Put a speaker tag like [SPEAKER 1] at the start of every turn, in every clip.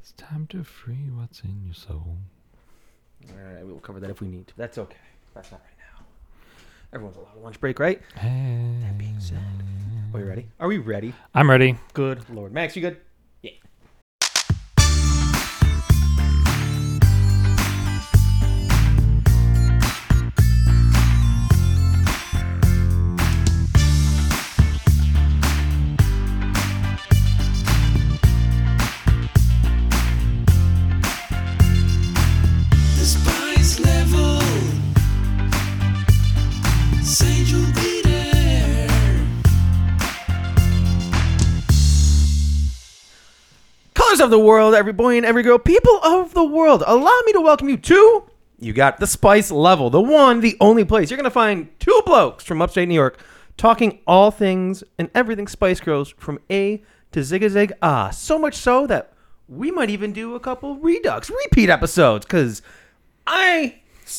[SPEAKER 1] It's time to free what's in your soul.
[SPEAKER 2] All right, we will cover that if we need to. That's okay. That's not right now. Everyone's allowed a lunch break, right?
[SPEAKER 1] That
[SPEAKER 2] being said, Are we ready? Are we ready?
[SPEAKER 1] I'm ready.
[SPEAKER 2] Good Lord, Max, you good? Yeah.
[SPEAKER 3] The spice level. Sage will be there.
[SPEAKER 2] Colors of the world, every boy and every girl, people of the world, allow me to welcome you to. You got the spice level, the one, the only place. You're going to find two blokes from upstate New York talking all things and everything Spice Girls from A to Zigzag Ah. So much so that we might even do a couple redux, repeat episodes, because I.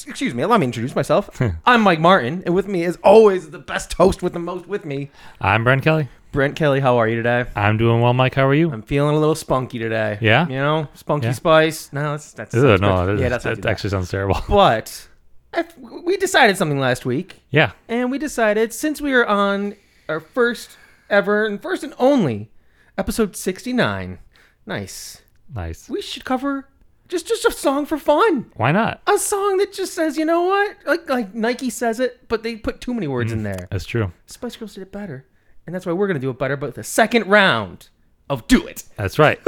[SPEAKER 2] Excuse me, allow me to introduce myself. I'm Mike Martin, and with me, as always, the best host with the most with me,
[SPEAKER 1] I'm Brent Kelly.
[SPEAKER 2] Brent Kelly. How are you today?
[SPEAKER 1] I'm doing well, Mike. How are you?
[SPEAKER 2] I'm feeling a little spunky today.
[SPEAKER 1] Yeah?
[SPEAKER 2] You know, spunky
[SPEAKER 1] Yeah.
[SPEAKER 2] spice. No, that's that's
[SPEAKER 1] Ugh,
[SPEAKER 2] that's
[SPEAKER 1] no,
[SPEAKER 2] good.
[SPEAKER 1] that,
[SPEAKER 2] yeah,
[SPEAKER 1] that's
[SPEAKER 2] that's not too
[SPEAKER 1] that
[SPEAKER 2] bad.
[SPEAKER 1] actually sounds terrible.
[SPEAKER 2] But I, we decided something last week,
[SPEAKER 1] yeah.
[SPEAKER 2] and we decided since we were on our first ever and first and only episode 69, nice.
[SPEAKER 1] Nice.
[SPEAKER 2] We should cover just just a song for fun.
[SPEAKER 1] Why not?
[SPEAKER 2] A song that just says, you know what? Like like Nike says it, but they put too many words
[SPEAKER 1] Mm.
[SPEAKER 2] in there.
[SPEAKER 1] That's true.
[SPEAKER 2] Spice Girls did it better, and that's why we're gonna do it better. But the second round of Do It.
[SPEAKER 1] That's right.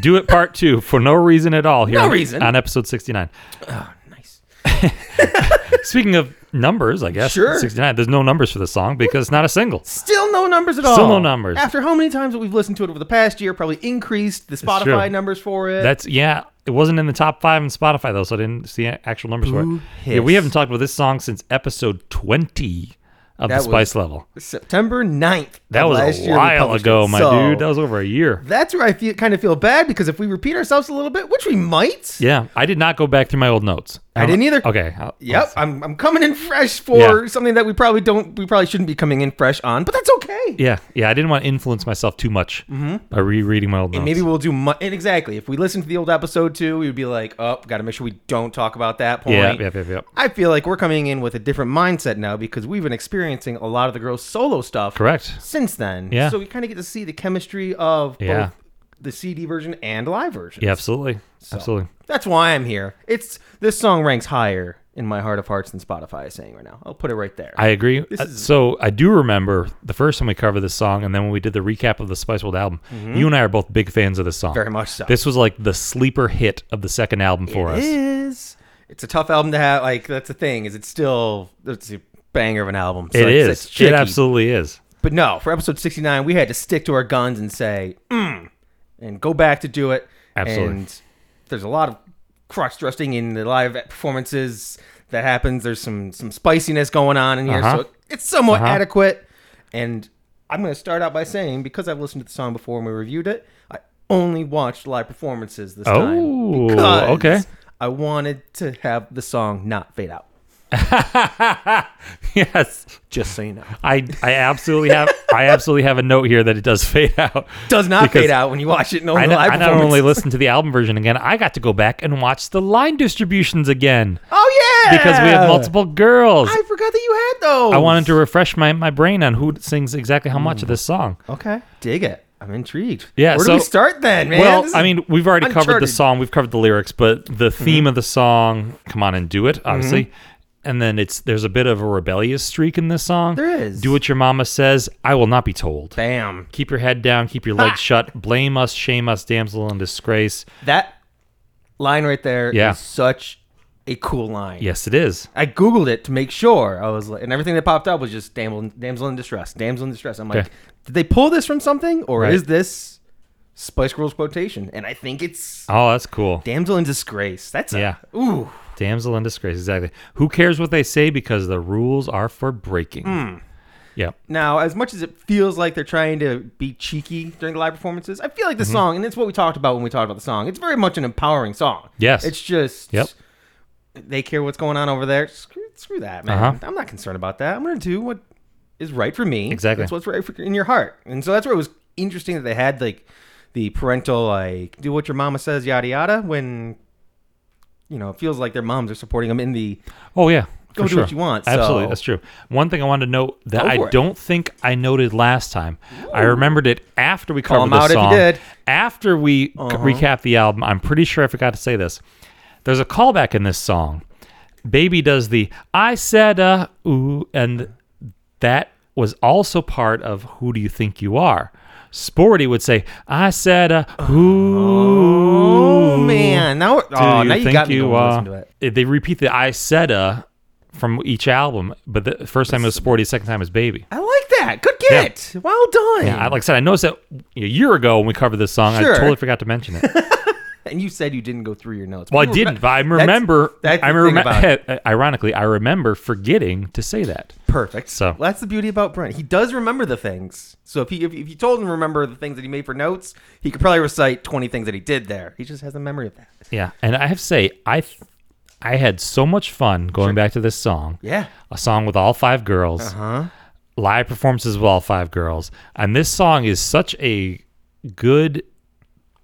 [SPEAKER 1] Do it part two for no reason at all here
[SPEAKER 2] No
[SPEAKER 1] on-
[SPEAKER 2] reason.
[SPEAKER 1] on episode 69.
[SPEAKER 2] Nice.
[SPEAKER 1] Speaking of numbers, I guess.
[SPEAKER 2] Sure.
[SPEAKER 1] 69. There's no numbers for the song because it's not a single.
[SPEAKER 2] Still no numbers at all.
[SPEAKER 1] Still no numbers.
[SPEAKER 2] After how many times that we've listened to it over the past year, probably increased the
[SPEAKER 1] true.
[SPEAKER 2] Spotify numbers for it.
[SPEAKER 1] That's yeah. It wasn't in the top five in Spotify though, so I didn't see a- actual numbers for
[SPEAKER 2] Boo
[SPEAKER 1] it. Yeah, we
[SPEAKER 2] hiss.
[SPEAKER 1] haven't talked about this song since episode twenty of the
[SPEAKER 2] That was-
[SPEAKER 1] Spice Level.
[SPEAKER 2] September 9th.
[SPEAKER 1] That
[SPEAKER 2] of
[SPEAKER 1] was
[SPEAKER 2] last
[SPEAKER 1] a
[SPEAKER 2] year we
[SPEAKER 1] while
[SPEAKER 2] published
[SPEAKER 1] ago,
[SPEAKER 2] it.
[SPEAKER 1] my
[SPEAKER 2] So,
[SPEAKER 1] dude. That was over a year.
[SPEAKER 2] that's where I feel kind of feel bad because if we repeat ourselves a little bit, which we might,
[SPEAKER 1] Yeah, I did not go back through my old notes.
[SPEAKER 2] I didn't either.
[SPEAKER 1] Okay. I'll-
[SPEAKER 2] Yep,
[SPEAKER 1] I'll-
[SPEAKER 2] I'm, I'm coming in fresh for
[SPEAKER 1] Yeah.
[SPEAKER 2] something that we probably don't, we probably shouldn't be coming in fresh on, but that's okay.
[SPEAKER 1] yeah, yeah. I didn't want to influence myself too much by rereading my old notes.
[SPEAKER 2] Maybe we'll do mu- Mm-hmm. and exactly. If we listen to the old episode too, we would be like, "Oh, got to make sure we don't talk about that point."
[SPEAKER 1] Yeah, yep, yep, yep.
[SPEAKER 2] I feel like we're coming in with a different mindset now because we've been experiencing a lot of the girls' solo stuff
[SPEAKER 1] Correct.
[SPEAKER 2] since then.
[SPEAKER 1] Yeah.
[SPEAKER 2] So we kind of get to see the chemistry of
[SPEAKER 1] Yeah.
[SPEAKER 2] both the CD version and live version.
[SPEAKER 1] Yeah, absolutely, absolutely.
[SPEAKER 2] That's why I'm here. It's this song ranks higher in my heart of hearts than Spotify is saying right now. I'll put it right there.
[SPEAKER 1] I agree. Uh, so I do remember the first time we covered this song, and then when we did the recap of the Spice World album, you and I are both big fans of this song.
[SPEAKER 2] Mm-hmm. Very much so.
[SPEAKER 1] This was like the sleeper hit of the second album for
[SPEAKER 2] It
[SPEAKER 1] us.
[SPEAKER 2] is. It's a tough album to have. Like that's the thing. Is it's still it's a banger of an album. So
[SPEAKER 1] It
[SPEAKER 2] it's,
[SPEAKER 1] is.
[SPEAKER 2] It's
[SPEAKER 1] it
[SPEAKER 2] tricky.
[SPEAKER 1] absolutely is.
[SPEAKER 2] But no, for episode 69, we had to stick to our guns and say, mm, and go back to do it.
[SPEAKER 1] Absolutely.
[SPEAKER 2] And there's a lot of cross dressing in the live performances that happens. There's some some spiciness going on in here.
[SPEAKER 1] Uh-huh.
[SPEAKER 2] So it's somewhat
[SPEAKER 1] Uh-huh.
[SPEAKER 2] adequate. And I'm going to start out by saying, because I've listened to the song before and we reviewed it, I only watched live performances this
[SPEAKER 1] Oh,
[SPEAKER 2] time. because
[SPEAKER 1] okay.
[SPEAKER 2] I wanted to have the song not fade out.
[SPEAKER 1] yes.
[SPEAKER 2] Just so you know.
[SPEAKER 1] I, I absolutely have I absolutely have a note here that it does fade out.
[SPEAKER 2] Does not
[SPEAKER 1] Because
[SPEAKER 2] fade out when you watch it. No,
[SPEAKER 1] I, not-
[SPEAKER 2] live
[SPEAKER 1] I not only
[SPEAKER 2] performances.
[SPEAKER 1] listened to the album version again, I got to go back and watch the line distributions again
[SPEAKER 2] Oh yeah,
[SPEAKER 1] because we had multiple girls.
[SPEAKER 2] I forgot that you had those.
[SPEAKER 1] I wanted to refresh my, my brain on who sings exactly how
[SPEAKER 2] Hmm.
[SPEAKER 1] much of this song.
[SPEAKER 2] Okay, dig it. I'm intrigued.
[SPEAKER 1] Yeah,
[SPEAKER 2] where do
[SPEAKER 1] so-
[SPEAKER 2] we start then, man?
[SPEAKER 1] well,
[SPEAKER 2] This
[SPEAKER 1] I
[SPEAKER 2] is-
[SPEAKER 1] mean, we've already covered the
[SPEAKER 2] uncharted. Mm-hmm.
[SPEAKER 1] song, we've covered the lyrics, but the theme of the song, "Come On and Do It," obviously, and then it's there's a bit of a rebellious streak in this song.
[SPEAKER 2] There is.
[SPEAKER 1] Do what your mama says. I will not be told.
[SPEAKER 2] bam.
[SPEAKER 1] Keep your head down. Keep your legs shut. Blame us, shame us, damsel in disgrace.
[SPEAKER 2] That line right there is
[SPEAKER 1] Yeah.
[SPEAKER 2] such a cool line.
[SPEAKER 1] Yes, it is.
[SPEAKER 2] I googled it to make sure. I was like, and everything that popped up was just damsel, damsel in distress, damsel in distress. I'm like,
[SPEAKER 1] Okay.
[SPEAKER 2] did they pull this from something, or
[SPEAKER 1] Right.
[SPEAKER 2] is this Spice Girls quotation? And I think it's
[SPEAKER 1] Oh, that's cool.
[SPEAKER 2] damsel in disgrace. That's a,
[SPEAKER 1] Yeah.
[SPEAKER 2] Ooh,
[SPEAKER 1] Damsel in disgrace. Exactly. Who cares what they say because the rules are for breaking. Yeah.
[SPEAKER 2] Now, as much as it feels like they're trying to be cheeky during the live performances, I feel like the
[SPEAKER 1] Mm-hmm.
[SPEAKER 2] song, and it's what we talked about when we talked about the song, it's very much an empowering song.
[SPEAKER 1] Yes.
[SPEAKER 2] It's just,
[SPEAKER 1] Yep.
[SPEAKER 2] they care what's going on over there. Screw, screw that, man.
[SPEAKER 1] Uh-huh.
[SPEAKER 2] I'm not concerned about that. I'm going to do what is right for me.
[SPEAKER 1] Exactly.
[SPEAKER 2] That's what's right for, in your heart. And so that's where it was interesting that they had, like, the parental like do what your mama says yada yada when you know it feels like their moms are supporting them in the
[SPEAKER 1] Oh yeah.
[SPEAKER 2] Go
[SPEAKER 1] for
[SPEAKER 2] do
[SPEAKER 1] sure.
[SPEAKER 2] what you want,
[SPEAKER 1] Absolutely,
[SPEAKER 2] so-
[SPEAKER 1] that's true. One thing I wanted to note that
[SPEAKER 2] Go
[SPEAKER 1] I
[SPEAKER 2] for it.
[SPEAKER 1] don't think I noted last time. I remembered it after we covered
[SPEAKER 2] him
[SPEAKER 1] the
[SPEAKER 2] out if you
[SPEAKER 1] song.
[SPEAKER 2] did. Uh-huh.
[SPEAKER 1] After we c- recap the album, I'm pretty sure I forgot to say this. There's a callback in this song. Baby does the I said uh ooh and that was also part of Who Do You Think You Are? Sporty would say, I said uh ooh
[SPEAKER 2] oh man now we're- oh,
[SPEAKER 1] do you
[SPEAKER 2] now you
[SPEAKER 1] think
[SPEAKER 2] got me
[SPEAKER 1] you
[SPEAKER 2] going to
[SPEAKER 1] uh,
[SPEAKER 2] listen to it
[SPEAKER 1] They repeat the I said uh from each album, but the first time it was Sporty, second time is Baby.
[SPEAKER 2] I like that good get well done
[SPEAKER 1] I, like I said, I noticed that a year ago when we covered this song,
[SPEAKER 2] Sure.
[SPEAKER 1] I totally forgot to mention it.
[SPEAKER 2] and you said you didn't go through your notes
[SPEAKER 1] Well, I
[SPEAKER 2] You
[SPEAKER 1] didn't,
[SPEAKER 2] remem-
[SPEAKER 1] but I
[SPEAKER 2] That's-
[SPEAKER 1] remember.
[SPEAKER 2] that's
[SPEAKER 1] I
[SPEAKER 2] the thing about it.
[SPEAKER 1] remember. Ironically, I remember forgetting to say that.
[SPEAKER 2] Perfect.
[SPEAKER 1] So-
[SPEAKER 2] well, that's the beauty about Brent. He does remember the things. So if he if, if you told him to remember the things that he made for notes, he could probably recite twenty things that he did there. He just has a memory of that.
[SPEAKER 1] Yeah, and I have to say, I, th- I had so much fun going back to this song.
[SPEAKER 2] Yeah.
[SPEAKER 1] a song with all five girls,
[SPEAKER 2] Uh-huh.
[SPEAKER 1] live performances with all five girls, and this song is such a good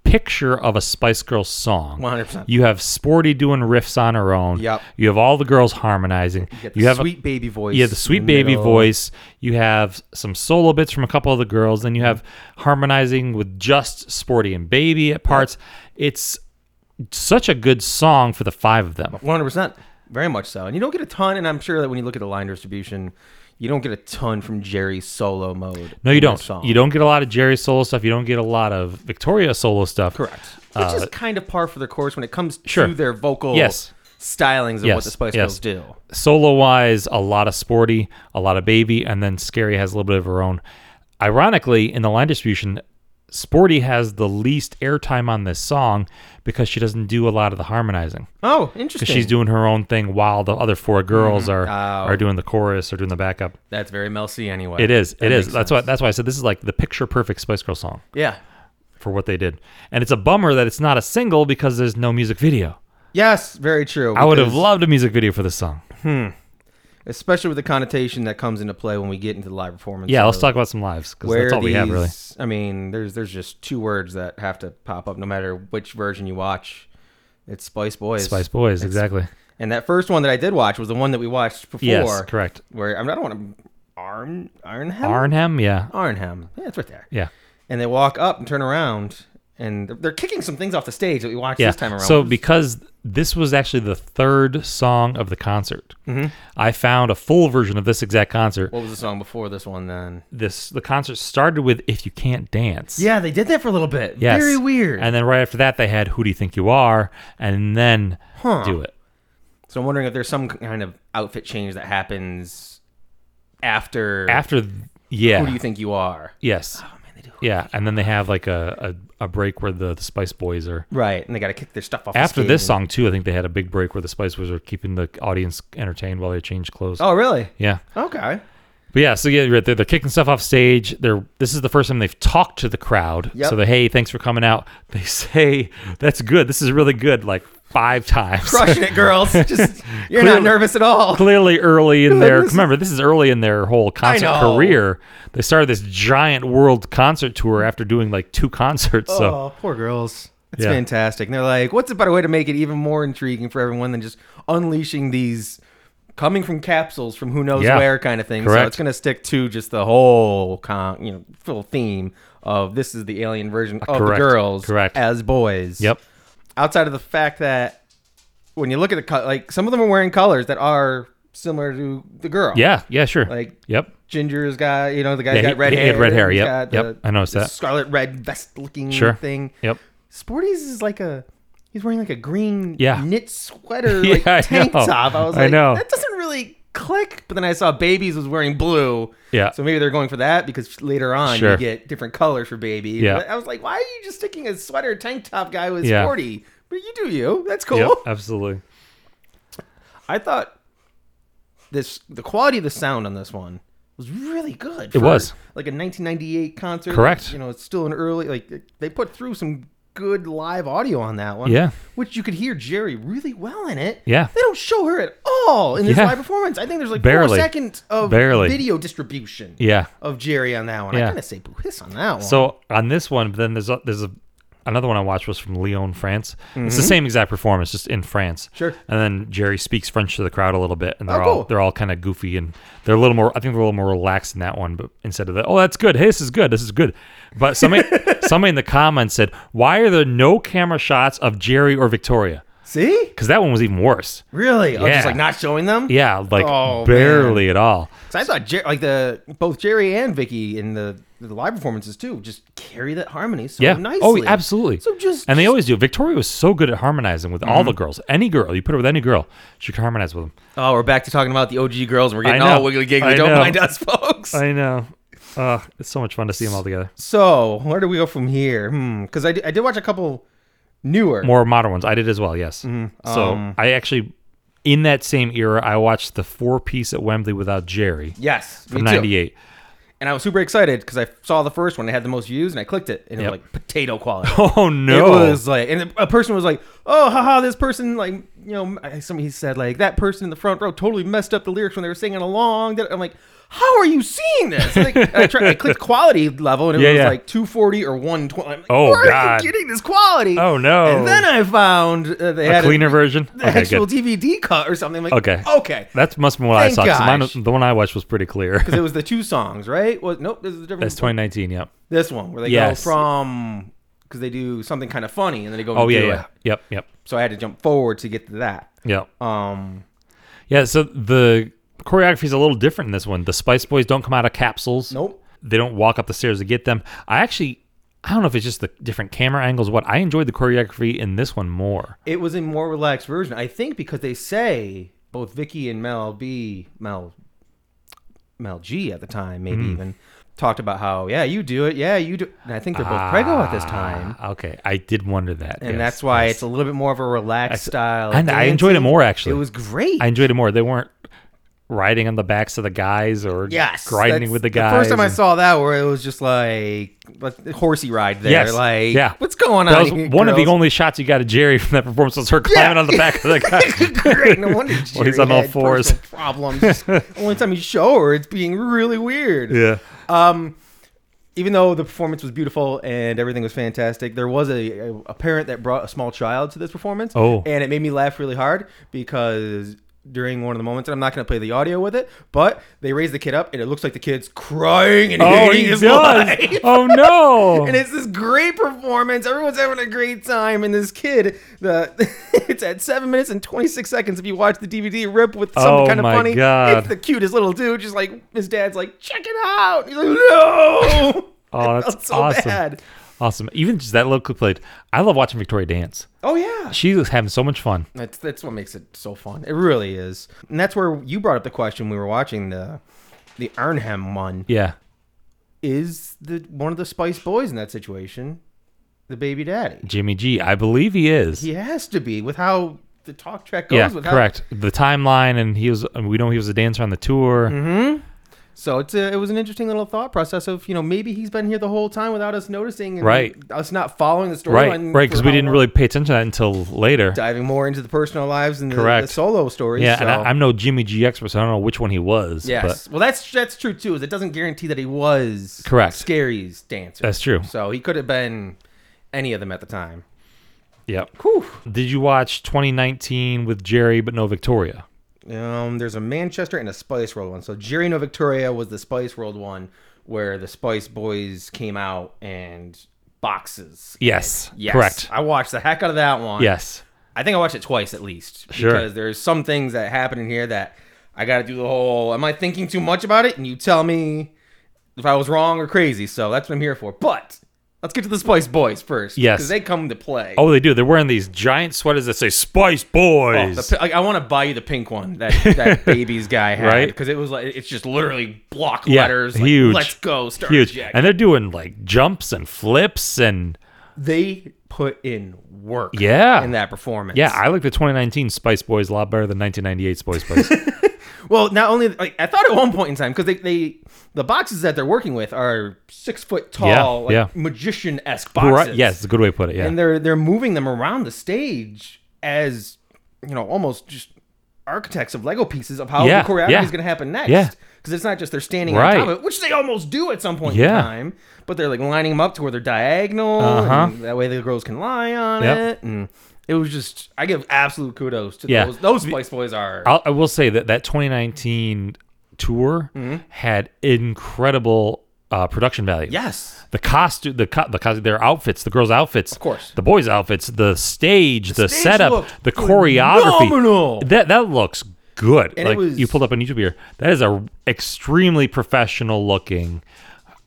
[SPEAKER 1] picture of a Spice Girls song.
[SPEAKER 2] 100%.
[SPEAKER 1] You have Sporty doing riffs on her own.
[SPEAKER 2] Yep.
[SPEAKER 1] You have all the girls harmonizing. You,
[SPEAKER 2] Get the
[SPEAKER 1] have
[SPEAKER 2] sweet baby voice.
[SPEAKER 1] yeah, the sweet
[SPEAKER 2] in
[SPEAKER 1] baby
[SPEAKER 2] middle.
[SPEAKER 1] voice. You have some solo bits from a couple of the girls. Then you have harmonizing with just Sporty and Baby at parts. It's such a good song for the five of them.
[SPEAKER 2] 100%. Very much so. And you don't get a ton, and I'm sure that when you look at the line distribution, you don't get a ton from Jerry's solo mode.
[SPEAKER 1] No, you
[SPEAKER 2] in this
[SPEAKER 1] don't.
[SPEAKER 2] Song.
[SPEAKER 1] You don't get a lot of Jerry solo stuff. You don't get a lot of Victoria solo stuff.
[SPEAKER 2] Correct. Which is kind of par for the course when it comes
[SPEAKER 1] Uh, Sure.
[SPEAKER 2] to their vocal
[SPEAKER 1] Yes.
[SPEAKER 2] stylings of what
[SPEAKER 1] Yes,
[SPEAKER 2] the Spice
[SPEAKER 1] yes.
[SPEAKER 2] Girls do.
[SPEAKER 1] Solo wise, a lot of sporty, a lot of baby, and then Scary has a little bit of her own. Ironically, in the line distribution, Sporty has the least airtime on this song because she doesn't do a lot of the harmonizing.
[SPEAKER 2] Oh, interesting.
[SPEAKER 1] She's doing her own thing while the other four girls are
[SPEAKER 2] Mm-hmm. Oh.
[SPEAKER 1] are doing the chorus or doing the backup.
[SPEAKER 2] That's very Mel C anyway.
[SPEAKER 1] It is.
[SPEAKER 2] That
[SPEAKER 1] it is.
[SPEAKER 2] makes
[SPEAKER 1] That's
[SPEAKER 2] sense.
[SPEAKER 1] why. That's why I said this is like the picture perfect Spice Girl song
[SPEAKER 2] Yeah.
[SPEAKER 1] for what they did. And it's a bummer that it's not a single because there's no music video.
[SPEAKER 2] Yes, very true.
[SPEAKER 1] I would have
[SPEAKER 2] because-
[SPEAKER 1] loved a music video for this song.
[SPEAKER 2] especially with the connotation that comes into play when we get into the live performance.
[SPEAKER 1] Yeah, let's
[SPEAKER 2] of
[SPEAKER 1] talk about some lives because
[SPEAKER 2] where
[SPEAKER 1] that's all we have really.
[SPEAKER 2] these- I mean, there's there's just two words that have to pop up no matter which version you watch. It's Spice Boys.
[SPEAKER 1] Spice Boys, exactly.
[SPEAKER 2] And that first one that I did watch was the one that we watched before.
[SPEAKER 1] Yes, correct.
[SPEAKER 2] Where I, mean, I don't want to Arn Arnhem.
[SPEAKER 1] Arnhem, yeah,
[SPEAKER 2] Arnhem. Yeah, it's right there.
[SPEAKER 1] yeah,
[SPEAKER 2] And they walk up and turn around, and they're, they're kicking some things off the stage that we watched
[SPEAKER 1] yeah.
[SPEAKER 2] this time around.
[SPEAKER 1] So because this was actually the third song of the concert,
[SPEAKER 2] Mm-hmm.
[SPEAKER 1] I found a full version of this exact concert.
[SPEAKER 2] what was the song before this one then?
[SPEAKER 1] this the concert started with "If You Can't Dance."
[SPEAKER 2] Yeah, they did that for a little bit.
[SPEAKER 1] Yes.
[SPEAKER 2] Very weird.
[SPEAKER 1] And then right after that, they had "Who Do You Think You Are," and then "Do It."
[SPEAKER 2] So I'm wondering if there's some kind of outfit change that happens after.
[SPEAKER 1] After, th- yeah,
[SPEAKER 2] Who do you Oh, think you are?
[SPEAKER 1] yes, yeah, and then they have like a a, a break where the, the Spice Boys are
[SPEAKER 2] Right, and they got to kick their stuff off. the
[SPEAKER 1] After
[SPEAKER 2] stage
[SPEAKER 1] this
[SPEAKER 2] and-
[SPEAKER 1] song too, I think they had a big break where the Spice Boys were keeping the audience entertained while they changed clothes.
[SPEAKER 2] Oh, really?
[SPEAKER 1] Yeah,
[SPEAKER 2] Okay.
[SPEAKER 1] but yeah, so yeah, you're right, they're, they're kicking stuff off stage. They're this is the first time they've talked to the crowd.
[SPEAKER 2] Yep.
[SPEAKER 1] So they hey, thanks for coming out. They say that's good. This is really good. Like five times.
[SPEAKER 2] Crushing it, girls. Just you're not
[SPEAKER 1] Clearly-
[SPEAKER 2] nervous at all.
[SPEAKER 1] Clearly early in their
[SPEAKER 2] this is-
[SPEAKER 1] remember this is early in their whole concert
[SPEAKER 2] know.
[SPEAKER 1] career. They started this giant world concert tour after doing like two concerts. So
[SPEAKER 2] Oh, poor girls. That's
[SPEAKER 1] Yeah.
[SPEAKER 2] fantastic. And they're like, what's a better way to make it even more intriguing for everyone than just unleashing these coming from capsules from who knows
[SPEAKER 1] Yeah.
[SPEAKER 2] where kind of thing? So
[SPEAKER 1] Correct.
[SPEAKER 2] it's going to stick to just the whole con, you know, full theme of this is the alien version of the
[SPEAKER 1] Uh, Correct.
[SPEAKER 2] girls
[SPEAKER 1] Correct.
[SPEAKER 2] as boys.
[SPEAKER 1] yep,
[SPEAKER 2] Outside of the fact that when you look at the co- like some of them are wearing colors that are similar to the girl.
[SPEAKER 1] yeah, yeah, sure.
[SPEAKER 2] Like
[SPEAKER 1] yep,
[SPEAKER 2] Ginger's got, you know, the guy's
[SPEAKER 1] Yeah,
[SPEAKER 2] got
[SPEAKER 1] he-
[SPEAKER 2] red
[SPEAKER 1] he
[SPEAKER 2] hair.
[SPEAKER 1] had red hair,
[SPEAKER 2] he's
[SPEAKER 1] yep,
[SPEAKER 2] got
[SPEAKER 1] yep, I noticed
[SPEAKER 2] the
[SPEAKER 1] that.
[SPEAKER 2] Scarlet red vest looking
[SPEAKER 1] Sure.
[SPEAKER 2] thing.
[SPEAKER 1] yep.
[SPEAKER 2] Sporties is like a he's wearing like a green
[SPEAKER 1] Yeah.
[SPEAKER 2] knit sweater
[SPEAKER 1] Yeah,
[SPEAKER 2] like
[SPEAKER 1] I
[SPEAKER 2] tank
[SPEAKER 1] know.
[SPEAKER 2] top. I was
[SPEAKER 1] I
[SPEAKER 2] like,
[SPEAKER 1] know.
[SPEAKER 2] that doesn't really click. But then I saw Babies was wearing blue.
[SPEAKER 1] Yeah.
[SPEAKER 2] So maybe they're going for that because later on you
[SPEAKER 1] Sure.
[SPEAKER 2] get different colors for baby.
[SPEAKER 1] Yeah.
[SPEAKER 2] But I was like, why are you just sticking a sweater tank top guy with
[SPEAKER 1] Yeah.
[SPEAKER 2] sporty? But you do you. That's cool.
[SPEAKER 1] Yep, absolutely.
[SPEAKER 2] I thought this the quality of the sound on this one was really good.
[SPEAKER 1] It
[SPEAKER 2] for,
[SPEAKER 1] was.
[SPEAKER 2] like a 1998 concert.
[SPEAKER 1] Correct.
[SPEAKER 2] You know, it's still an early like they put through some good live audio on that one.
[SPEAKER 1] Yeah.
[SPEAKER 2] which you could hear Jerry really well in it.
[SPEAKER 1] Yeah.
[SPEAKER 2] they don't show her at all in this
[SPEAKER 1] Yeah.
[SPEAKER 2] live performance. I think there's like four
[SPEAKER 1] Barely.
[SPEAKER 2] seconds of
[SPEAKER 1] Barely.
[SPEAKER 2] video distribution
[SPEAKER 1] Yeah.
[SPEAKER 2] of Jerry on that one. I
[SPEAKER 1] Yeah.
[SPEAKER 2] kind of say boo hiss on that one.
[SPEAKER 1] So on this one, but then there's a, there's a another one I watched was from Lyon, France. It's the same exact performance, just in France.
[SPEAKER 2] Mm-hmm. Sure.
[SPEAKER 1] And then Jerry speaks French to the crowd a little bit, and they're
[SPEAKER 2] Oh,
[SPEAKER 1] all
[SPEAKER 2] cool.
[SPEAKER 1] they're all kind of goofy and they're a little more. I think they're a little more relaxed in that one. But instead of that, oh, that's good. Hey, this is good. This is good. But somebody somebody in the comments said, why are there no camera shots of Jerry or Victoria?
[SPEAKER 2] see,
[SPEAKER 1] Because that one was even worse.
[SPEAKER 2] really, oh,
[SPEAKER 1] Yeah.
[SPEAKER 2] just like not showing them.
[SPEAKER 1] Yeah, like
[SPEAKER 2] Oh,
[SPEAKER 1] barely at all.
[SPEAKER 2] 'Cause I thought Jer- like the both Jerry and Vicky in the, the live performances too just carry that harmony so
[SPEAKER 1] yeah.
[SPEAKER 2] nicely.
[SPEAKER 1] Oh, absolutely.
[SPEAKER 2] So just
[SPEAKER 1] and they always do. Victoria was so good at harmonizing with all the girls. Any girl you put her with any girl, she can harmonize with them.
[SPEAKER 2] oh, we're back to talking about the OG girls, and we're getting
[SPEAKER 1] I know.
[SPEAKER 2] all wiggly giggly.
[SPEAKER 1] I
[SPEAKER 2] Don't
[SPEAKER 1] know.
[SPEAKER 2] mind us, folks.
[SPEAKER 1] I know. Uh, it's so much fun to see them all together.
[SPEAKER 2] so where do we go from here? Hmm, because I, di- I did watch a couple newer.
[SPEAKER 1] More modern ones. I did as well. Yes. so I actually, in that same era, I watched the four piece at Wembley without Jerry
[SPEAKER 2] Yes,
[SPEAKER 1] from
[SPEAKER 2] me too.
[SPEAKER 1] '98.
[SPEAKER 2] and I was super excited because I saw the first one. It had the most views, and I clicked it, and it
[SPEAKER 1] Yep.
[SPEAKER 2] was like potato quality.
[SPEAKER 1] Oh no!
[SPEAKER 2] It was like, and a person was like, "Oh, haha, this person like, you know, I- somebody said like that person in the front row totally messed up the lyrics when they were singing along." I'm like, "How are you seeing this?" Like, I, tried, I clicked quality level, and it
[SPEAKER 1] Yeah,
[SPEAKER 2] was
[SPEAKER 1] yeah.
[SPEAKER 2] like 240 or 120. I'm like,
[SPEAKER 1] Oh,
[SPEAKER 2] where
[SPEAKER 1] God.
[SPEAKER 2] are you getting this quality?
[SPEAKER 1] Oh, no.
[SPEAKER 2] And then I found uh, they
[SPEAKER 1] a
[SPEAKER 2] had
[SPEAKER 1] cleaner version.
[SPEAKER 2] an actual DVD cut or something. I'm like,
[SPEAKER 1] Okay.
[SPEAKER 2] okay,
[SPEAKER 1] That must have been what I
[SPEAKER 2] Thank
[SPEAKER 1] saw. 'cause mine
[SPEAKER 2] gosh.
[SPEAKER 1] was- the one I watched was pretty clear.
[SPEAKER 2] because it was the two songs, right? Well, nope, this is a different.
[SPEAKER 1] That's 2019. Yep.
[SPEAKER 2] This one where they
[SPEAKER 1] Yes.
[SPEAKER 2] go from because they do something kind of funny, and then they go.
[SPEAKER 1] Oh yeah,
[SPEAKER 2] do
[SPEAKER 1] yeah.
[SPEAKER 2] it.
[SPEAKER 1] Yep. Yep.
[SPEAKER 2] So I had to jump forward to get to that.
[SPEAKER 1] Yep.
[SPEAKER 2] Um,
[SPEAKER 1] Yeah, so the choreography is a little different in this one. The Spice Boys don't come out of capsules.
[SPEAKER 2] Nope.
[SPEAKER 1] They don't walk up the stairs to get them. I actually, I don't know if it's just the different camera angles. What I enjoyed the choreography in this one more.
[SPEAKER 2] It was a more relaxed version, I think, because they say both Vicky and Mel B, Mel, Mel G at the time, maybe
[SPEAKER 1] Hmm.
[SPEAKER 2] even talked about how, yeah, you do it, yeah, you do. And I think they're both preggo at this time,
[SPEAKER 1] Ah, Okay, I did wonder that,
[SPEAKER 2] and
[SPEAKER 1] yes,
[SPEAKER 2] that's why
[SPEAKER 1] yes.
[SPEAKER 2] it's a little bit more of a relaxed style. of
[SPEAKER 1] and I enjoyed it
[SPEAKER 2] dancing.
[SPEAKER 1] more, actually.
[SPEAKER 2] It was great.
[SPEAKER 1] I enjoyed it more. They weren't riding on the backs of the guys or
[SPEAKER 2] yes,
[SPEAKER 1] grinding
[SPEAKER 2] that's
[SPEAKER 1] with the guys.
[SPEAKER 2] The first time I
[SPEAKER 1] and-
[SPEAKER 2] saw that, where it was just like like, horsey ride there,
[SPEAKER 1] Yes,
[SPEAKER 2] like
[SPEAKER 1] yeah.
[SPEAKER 2] what's going on?
[SPEAKER 1] that was
[SPEAKER 2] here,
[SPEAKER 1] one of the
[SPEAKER 2] girls?
[SPEAKER 1] only shots you got of Jerry from that performance was her climbing on the back of the guy.
[SPEAKER 2] Great, no wonder
[SPEAKER 1] Well, he's
[SPEAKER 2] Jerry
[SPEAKER 1] on all
[SPEAKER 2] had
[SPEAKER 1] fours.
[SPEAKER 2] personal Problems. only time you show her, it's being really weird.
[SPEAKER 1] yeah.
[SPEAKER 2] Even though the performance was beautiful and everything was fantastic, there was a, a, a parent that brought a small child to this performance.
[SPEAKER 1] Oh.
[SPEAKER 2] and it made me laugh really hard because during one of the moments, and I'm not going to play the audio with it, but they raise the kid up and it looks like the kid's crying and
[SPEAKER 1] Oh,
[SPEAKER 2] hating
[SPEAKER 1] he
[SPEAKER 2] his
[SPEAKER 1] does.
[SPEAKER 2] life.
[SPEAKER 1] Oh no.
[SPEAKER 2] And it's this great performance. Everyone's having a great time, and this kid, the it's at seven minutes and twenty six seconds. If you watch the DVD rip with some
[SPEAKER 1] Oh
[SPEAKER 2] kind of
[SPEAKER 1] my
[SPEAKER 2] funny,
[SPEAKER 1] God.
[SPEAKER 2] it's the cutest little dude. Just like his dad's like, check it out. He's like, no.
[SPEAKER 1] Oh,
[SPEAKER 2] I
[SPEAKER 1] that's
[SPEAKER 2] felt so
[SPEAKER 1] awesome.
[SPEAKER 2] bad.
[SPEAKER 1] Awesome. Even just that little clip played. I love watching Victoria dance.
[SPEAKER 2] Oh yeah,
[SPEAKER 1] She was having so much fun.
[SPEAKER 2] that's that's what makes it so fun. It really is, and that's where you brought up the question we were watching the the Arnhem one.
[SPEAKER 1] Yeah.
[SPEAKER 2] Is the one of the Spice Boys in that situation the baby daddy?
[SPEAKER 1] Jimmy G. I believe he is.
[SPEAKER 2] He has to be with how the talk track goes.
[SPEAKER 1] yeah,
[SPEAKER 2] with how-
[SPEAKER 1] correct. The timeline, and he was. We know he was a dancer on the tour.
[SPEAKER 2] Mm-hmm. So it's a, it was an interesting little thought process of you know maybe he's been here the whole time without us noticing, and
[SPEAKER 1] Right.
[SPEAKER 2] Us not following the storyline,
[SPEAKER 1] Right, right, because
[SPEAKER 2] for
[SPEAKER 1] we
[SPEAKER 2] how
[SPEAKER 1] didn't
[SPEAKER 2] we're
[SPEAKER 1] really pay attention to that until later.
[SPEAKER 2] diving more into the personal lives and the, the
[SPEAKER 1] Correct.
[SPEAKER 2] solo stories.
[SPEAKER 1] Yeah, and
[SPEAKER 2] so-
[SPEAKER 1] I, I'm no Jimmy G expert, so I don't know which one he was.
[SPEAKER 2] yes.
[SPEAKER 1] but
[SPEAKER 2] well, that's that's true too. Is it doesn't guarantee that he was
[SPEAKER 1] Correct.
[SPEAKER 2] Scary's dancer.
[SPEAKER 1] That's true.
[SPEAKER 2] So he could have been any of them at the time.
[SPEAKER 1] yeah.
[SPEAKER 2] Whew.
[SPEAKER 1] Did you watch 2019 with Jerry but no Victoria?
[SPEAKER 2] Um, there's a Manchester and a Spice World one. So Jerry No Victoria was the Spice World one where the Spice Boys came out and boxes.
[SPEAKER 1] Yes,
[SPEAKER 2] Yes.
[SPEAKER 1] correct.
[SPEAKER 2] I watched the heck out of that one.
[SPEAKER 1] Yes,
[SPEAKER 2] I think I watched it twice at least.
[SPEAKER 1] Sure.
[SPEAKER 2] Because there's some things that happen in here that I got to do the whole, am I thinking too much about it? And you tell me if I was wrong or crazy. So that's what I'm here for. But let's get to the Spice Boys first.
[SPEAKER 1] Yes.
[SPEAKER 2] Because they come to play.
[SPEAKER 1] Oh, they do. They're wearing these giant sweaters that say Spice Boys.
[SPEAKER 2] Oh, The, pi- I, I want to buy you the pink one that that baby's guy had,
[SPEAKER 1] Right.
[SPEAKER 2] Because it was like it's just literally block
[SPEAKER 1] Yeah,
[SPEAKER 2] letters. like,
[SPEAKER 1] huge.
[SPEAKER 2] Let's go, Star
[SPEAKER 1] huge.
[SPEAKER 2] Jack.
[SPEAKER 1] And they're doing like jumps and flips and
[SPEAKER 2] they put in work.
[SPEAKER 1] Yeah.
[SPEAKER 2] in that performance.
[SPEAKER 1] yeah, I like the 2019 Spice Boys a lot better than 1998 Spice Boys.
[SPEAKER 2] well, not only like I thought at one point in time because they, they the boxes that they're working with are six foot tall,
[SPEAKER 1] Yeah,
[SPEAKER 2] like
[SPEAKER 1] yeah.
[SPEAKER 2] magician esque
[SPEAKER 1] right?
[SPEAKER 2] boxes.
[SPEAKER 1] Yes, it's a good way to put it. Yeah.
[SPEAKER 2] and they're they're moving them around the stage as you know almost just architects of Lego pieces of how
[SPEAKER 1] Yeah,
[SPEAKER 2] the choreography
[SPEAKER 1] yeah.
[SPEAKER 2] is going to happen next.
[SPEAKER 1] Yeah.
[SPEAKER 2] Because it's not just they're standing
[SPEAKER 1] Right.
[SPEAKER 2] on top of it, which they almost do at some point
[SPEAKER 1] Yeah.
[SPEAKER 2] in time, but they're like lining them up to where they're diagonal.
[SPEAKER 1] Uh-huh.
[SPEAKER 2] And that way the girls can lie on
[SPEAKER 1] Yep.
[SPEAKER 2] it. And it was just, I give absolute kudos to
[SPEAKER 1] Yeah.
[SPEAKER 2] those. Those Spice Boys are.
[SPEAKER 1] I'll, I will say that that 2019 tour
[SPEAKER 2] Mm-hmm.
[SPEAKER 1] had incredible uh, production value.
[SPEAKER 2] yes.
[SPEAKER 1] The costume, the co- the costume, their outfits, the girls' outfits, of
[SPEAKER 2] course.
[SPEAKER 1] the boys' outfits, the stage, the,
[SPEAKER 2] stage
[SPEAKER 1] setup,
[SPEAKER 2] looked
[SPEAKER 1] the choreography.
[SPEAKER 2] phenomenal.
[SPEAKER 1] That that looks good.
[SPEAKER 2] And it
[SPEAKER 1] like
[SPEAKER 2] was-
[SPEAKER 1] you pulled up on YouTube here. That is a extremely professional looking,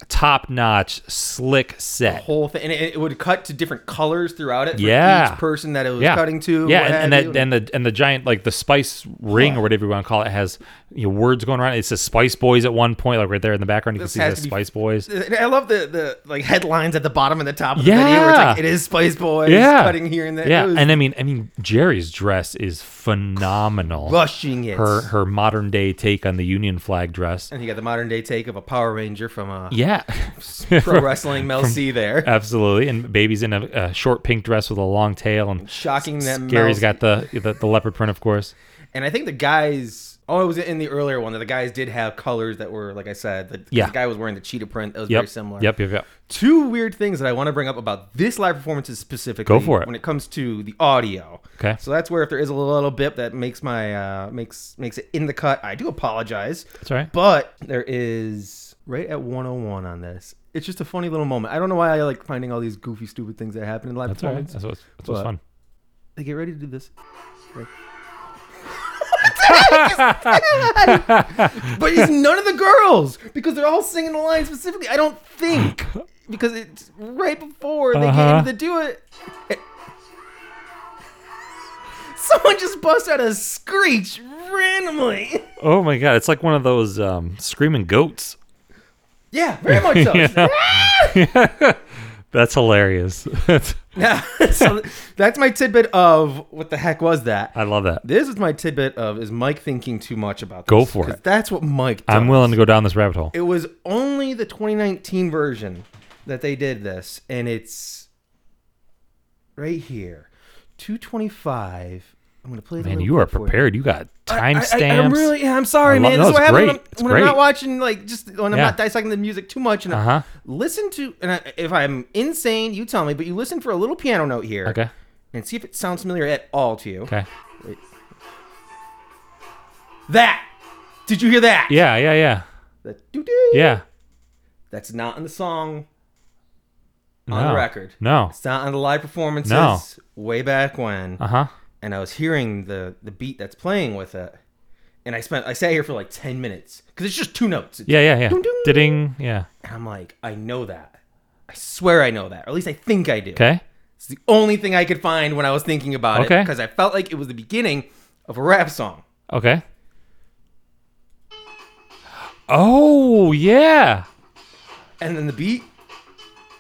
[SPEAKER 1] top notch, slick set.
[SPEAKER 2] Whole thing, and it, it would cut to different colors throughout it. For
[SPEAKER 1] Yeah.
[SPEAKER 2] each person that it was
[SPEAKER 1] yeah.
[SPEAKER 2] cutting to. what
[SPEAKER 1] Yeah, and,
[SPEAKER 2] have
[SPEAKER 1] and
[SPEAKER 2] you.
[SPEAKER 1] that and the and the giant like the spice ring or whatever you want to call it has you know, words going around. It says Spice Boys at one point, like right there in the background. You
[SPEAKER 2] This
[SPEAKER 1] can see the
[SPEAKER 2] has to be-
[SPEAKER 1] Spice Boys.
[SPEAKER 2] And I love the, the like headlines at the bottom and the top of the
[SPEAKER 1] Yeah.
[SPEAKER 2] video where it's like it is Spice Boys
[SPEAKER 1] Yeah,
[SPEAKER 2] cutting here and there.
[SPEAKER 1] Yeah,
[SPEAKER 2] It was
[SPEAKER 1] and I mean, I mean, Jerry's dress is phenomenal.
[SPEAKER 2] rushing it.
[SPEAKER 1] Her her modern day take on the Union flag dress.
[SPEAKER 2] and you got the modern day take of a Power Ranger from uh,
[SPEAKER 1] Yeah, uh,
[SPEAKER 2] pro wrestling Mel C there.
[SPEAKER 1] absolutely. And baby's in a, a short pink dress with a long tail, and
[SPEAKER 2] Shocking that
[SPEAKER 1] Gary's got
[SPEAKER 2] Mel's-
[SPEAKER 1] the, the the leopard print, of course.
[SPEAKER 2] And I think the guys oh it was in the earlier one that the guys did have colors that were like I said, the,
[SPEAKER 1] Yeah.
[SPEAKER 2] the guy was wearing the cheetah print that was
[SPEAKER 1] Yep.
[SPEAKER 2] very similar.
[SPEAKER 1] Yep. Yep. Yep.
[SPEAKER 2] Two weird things that I want to bring up about this live performance specifically
[SPEAKER 1] Go for it.
[SPEAKER 2] when it comes to the audio.
[SPEAKER 1] Okay.
[SPEAKER 2] So that's where if there is a little bit that makes my uh makes makes it in the cut, I do apologize.
[SPEAKER 1] That's all right.
[SPEAKER 2] But there is right at 101 on this. It's just a funny little moment. I don't know why I like finding all these goofy, stupid things that happen in live
[SPEAKER 1] That's all right.
[SPEAKER 2] performance.
[SPEAKER 1] That's what's, that's what's
[SPEAKER 2] But-
[SPEAKER 1] fun.
[SPEAKER 2] They get ready to do this. Right. but it's none of the girls because they're all singing the line specifically. I don't think because it's right before they
[SPEAKER 1] Uh-huh.
[SPEAKER 2] get into the do it. Someone just busts out a screech randomly.
[SPEAKER 1] Oh my god, it's like one of those um, screaming goats.
[SPEAKER 2] Yeah, very much so.
[SPEAKER 1] That's hilarious.
[SPEAKER 2] Yeah. so that's my tidbit of what the heck was that?
[SPEAKER 1] I love that.
[SPEAKER 2] This is my tidbit of is Mike thinking too much about this?
[SPEAKER 1] Go for
[SPEAKER 2] 'Cause
[SPEAKER 1] it.
[SPEAKER 2] That's what Mike does.
[SPEAKER 1] I'm willing to go down this rabbit hole.
[SPEAKER 2] It was only the 2019 version that they did this, and it's right here. 225. I'm gonna play the
[SPEAKER 1] Man,
[SPEAKER 2] little
[SPEAKER 1] you are
[SPEAKER 2] clip for
[SPEAKER 1] prepared. You got
[SPEAKER 2] I- I- I,
[SPEAKER 1] timestamps.
[SPEAKER 2] am really. yeah, I'm sorry,
[SPEAKER 1] I love-
[SPEAKER 2] man.
[SPEAKER 1] no,
[SPEAKER 2] this is
[SPEAKER 1] it's
[SPEAKER 2] what happens when,
[SPEAKER 1] great.
[SPEAKER 2] I'm,
[SPEAKER 1] It's
[SPEAKER 2] when I'm
[SPEAKER 1] great.
[SPEAKER 2] not watching, like, just when I'm
[SPEAKER 1] Yeah.
[SPEAKER 2] not dissecting the music too much. And I-
[SPEAKER 1] Uh-huh.
[SPEAKER 2] listen to, and I, if I'm insane, you tell me. But you listen for a little piano note here,
[SPEAKER 1] Okay.
[SPEAKER 2] and see if it sounds familiar at all to you.
[SPEAKER 1] Okay.
[SPEAKER 2] That. Did you hear that?
[SPEAKER 1] Yeah, yeah, yeah.
[SPEAKER 2] The doo-doo.
[SPEAKER 1] Yeah.
[SPEAKER 2] That's not in the song. On the
[SPEAKER 1] No.
[SPEAKER 2] record.
[SPEAKER 1] No.
[SPEAKER 2] It's not on the live performances.
[SPEAKER 1] No.
[SPEAKER 2] Way back when.
[SPEAKER 1] Uh-huh.
[SPEAKER 2] and I was hearing the the beat that's playing with it, and I spent I sat here for like ten minutes because it's just two notes. It's-
[SPEAKER 1] Yeah, yeah, yeah.
[SPEAKER 2] Dun, dun.
[SPEAKER 1] Ding. Yeah.
[SPEAKER 2] And I'm like, I know that. I swear I know that, or at least I think I do.
[SPEAKER 1] Okay.
[SPEAKER 2] It's the only thing I could find when I was thinking about it
[SPEAKER 1] Okay.
[SPEAKER 2] because I felt like it was the beginning of a rap song.
[SPEAKER 1] Okay. Oh, yeah.
[SPEAKER 2] And then the beat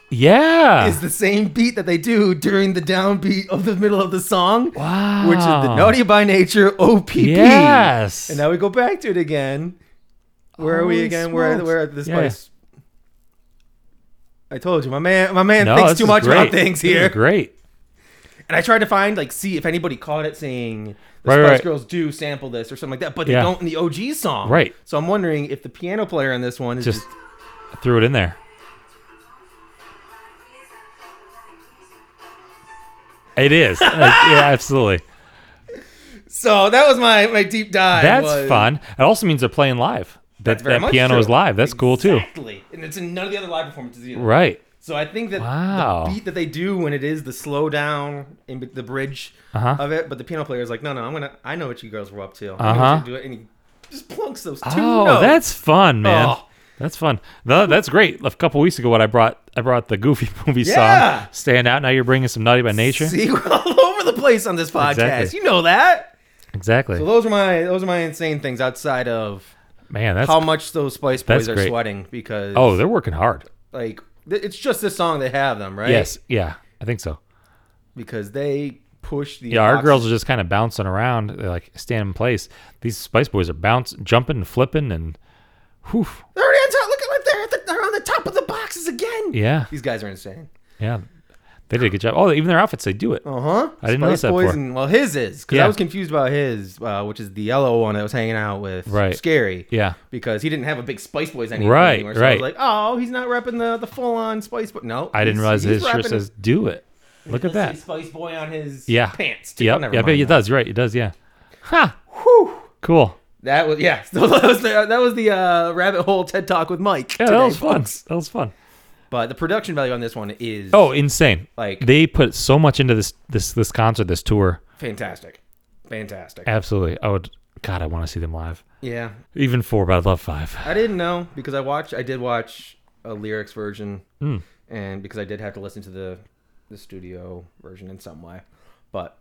[SPEAKER 1] Yeah.
[SPEAKER 2] is the same beat that they do during the downbeat of the middle of the song,
[SPEAKER 1] wow.
[SPEAKER 2] which is the Naughty by Nature OPP.
[SPEAKER 1] Yes.
[SPEAKER 2] And now we go back to it again. Where are we
[SPEAKER 1] Holy
[SPEAKER 2] again? We're at,
[SPEAKER 1] smokes.
[SPEAKER 2] we're at this
[SPEAKER 1] Yeah.
[SPEAKER 2] place. I told you, my man, my man
[SPEAKER 1] No,
[SPEAKER 2] thinks
[SPEAKER 1] this
[SPEAKER 2] too
[SPEAKER 1] is
[SPEAKER 2] much about
[SPEAKER 1] great.
[SPEAKER 2] things
[SPEAKER 1] This is
[SPEAKER 2] here.
[SPEAKER 1] great.
[SPEAKER 2] And I tried to find, like, see if anybody caught it saying the
[SPEAKER 1] Right,
[SPEAKER 2] Spice
[SPEAKER 1] right.
[SPEAKER 2] Girls do sample this or something like that, but
[SPEAKER 1] Yeah.
[SPEAKER 2] they don't in the OG song.
[SPEAKER 1] Right.
[SPEAKER 2] So I'm wondering if the piano player on this one is just,
[SPEAKER 1] Just threw it in there. It is. yeah, absolutely.
[SPEAKER 2] so. That was my my deep dive.
[SPEAKER 1] That's
[SPEAKER 2] was-
[SPEAKER 1] fun. It also means they're playing live. That
[SPEAKER 2] That's very
[SPEAKER 1] that
[SPEAKER 2] much
[SPEAKER 1] piano
[SPEAKER 2] true.
[SPEAKER 1] is live. That's cool too.
[SPEAKER 2] Exactly. And it's in none of the other live performances either.
[SPEAKER 1] Right.
[SPEAKER 2] So I think that
[SPEAKER 1] Wow.
[SPEAKER 2] the beat that they do when it is the slow down in be- the bridge
[SPEAKER 1] Uh-huh.
[SPEAKER 2] of it, but the piano player is like, no, no, I'm gonna, I know what you girls were up to. I'm
[SPEAKER 1] Uh-huh.
[SPEAKER 2] gonna do it, and he just plunks those two
[SPEAKER 1] Oh,
[SPEAKER 2] notes.
[SPEAKER 1] that's fun, man.
[SPEAKER 2] Oh.
[SPEAKER 1] That's fun. No, that's great. A couple weeks ago, what I brought, I brought the Goofy movie
[SPEAKER 2] Yeah.
[SPEAKER 1] song "Stand Out." Now you're bringing some Naughty by Nature.
[SPEAKER 2] See, we're all over the place on this podcast.
[SPEAKER 1] Exactly.
[SPEAKER 2] You know that.
[SPEAKER 1] Exactly.
[SPEAKER 2] So those are my those are my insane things outside of
[SPEAKER 1] Man, that's
[SPEAKER 2] how much those Spice Boys
[SPEAKER 1] that's
[SPEAKER 2] are
[SPEAKER 1] great.
[SPEAKER 2] sweating because
[SPEAKER 1] oh, they're working hard.
[SPEAKER 2] like th- it's just this song they have them right
[SPEAKER 1] Yes, yeah, I think so.
[SPEAKER 2] because they push the
[SPEAKER 1] Yeah, our
[SPEAKER 2] oxy-
[SPEAKER 1] girls are just kind of bouncing around, they're like standing in place. These Spice Boys are bouncing, jumping, flipping, and whew,
[SPEAKER 2] they're already on top. Look at like they're, at the, they're on the top of the boxes again.
[SPEAKER 1] yeah,
[SPEAKER 2] These guys are insane.
[SPEAKER 1] yeah. They did a good job. Oh, even their outfits, they do it. Uh huh. I didn't notice
[SPEAKER 2] Uh-huh.
[SPEAKER 1] that
[SPEAKER 2] Spice Boys
[SPEAKER 1] before.
[SPEAKER 2] and well, his is because I
[SPEAKER 1] Yeah.
[SPEAKER 2] was confused about his, uh, which is the yellow one that was hanging out with
[SPEAKER 1] Right.
[SPEAKER 2] Scary.
[SPEAKER 1] Yeah.
[SPEAKER 2] because he didn't have a big Spice Boys anymore.
[SPEAKER 1] Right,
[SPEAKER 2] anymore. So I
[SPEAKER 1] right.
[SPEAKER 2] was like, oh, he's not repping the, the full on Spice Boy. No,
[SPEAKER 1] I didn't
[SPEAKER 2] he's-
[SPEAKER 1] realize
[SPEAKER 2] he's
[SPEAKER 1] his shirt
[SPEAKER 2] repping-
[SPEAKER 1] says "Do it." Look at
[SPEAKER 2] it says
[SPEAKER 1] that.
[SPEAKER 2] Spice Boy on his
[SPEAKER 1] Yeah.
[SPEAKER 2] pants. Too.
[SPEAKER 1] Yep.
[SPEAKER 2] Never
[SPEAKER 1] Yep.
[SPEAKER 2] mind
[SPEAKER 1] It
[SPEAKER 2] that.
[SPEAKER 1] does. Right. It does. Yeah. Ha. Cool.
[SPEAKER 2] That was yeah. So that was the, that was the uh, rabbit hole TED talk with Mike.
[SPEAKER 1] Yeah,
[SPEAKER 2] today,
[SPEAKER 1] that was fun.
[SPEAKER 2] folks.
[SPEAKER 1] That was fun.
[SPEAKER 2] But the production value on this one is
[SPEAKER 1] Oh, insane!
[SPEAKER 2] Like-
[SPEAKER 1] they put so much into this this this concert, this tour.
[SPEAKER 2] fantastic, fantastic.
[SPEAKER 1] Absolutely, I would. God, I want to see them live.
[SPEAKER 2] yeah,
[SPEAKER 1] Even four, but I love five.
[SPEAKER 2] I didn't know because I watched. I did watch a lyrics version, and because I did have to listen to the the studio version in some way, but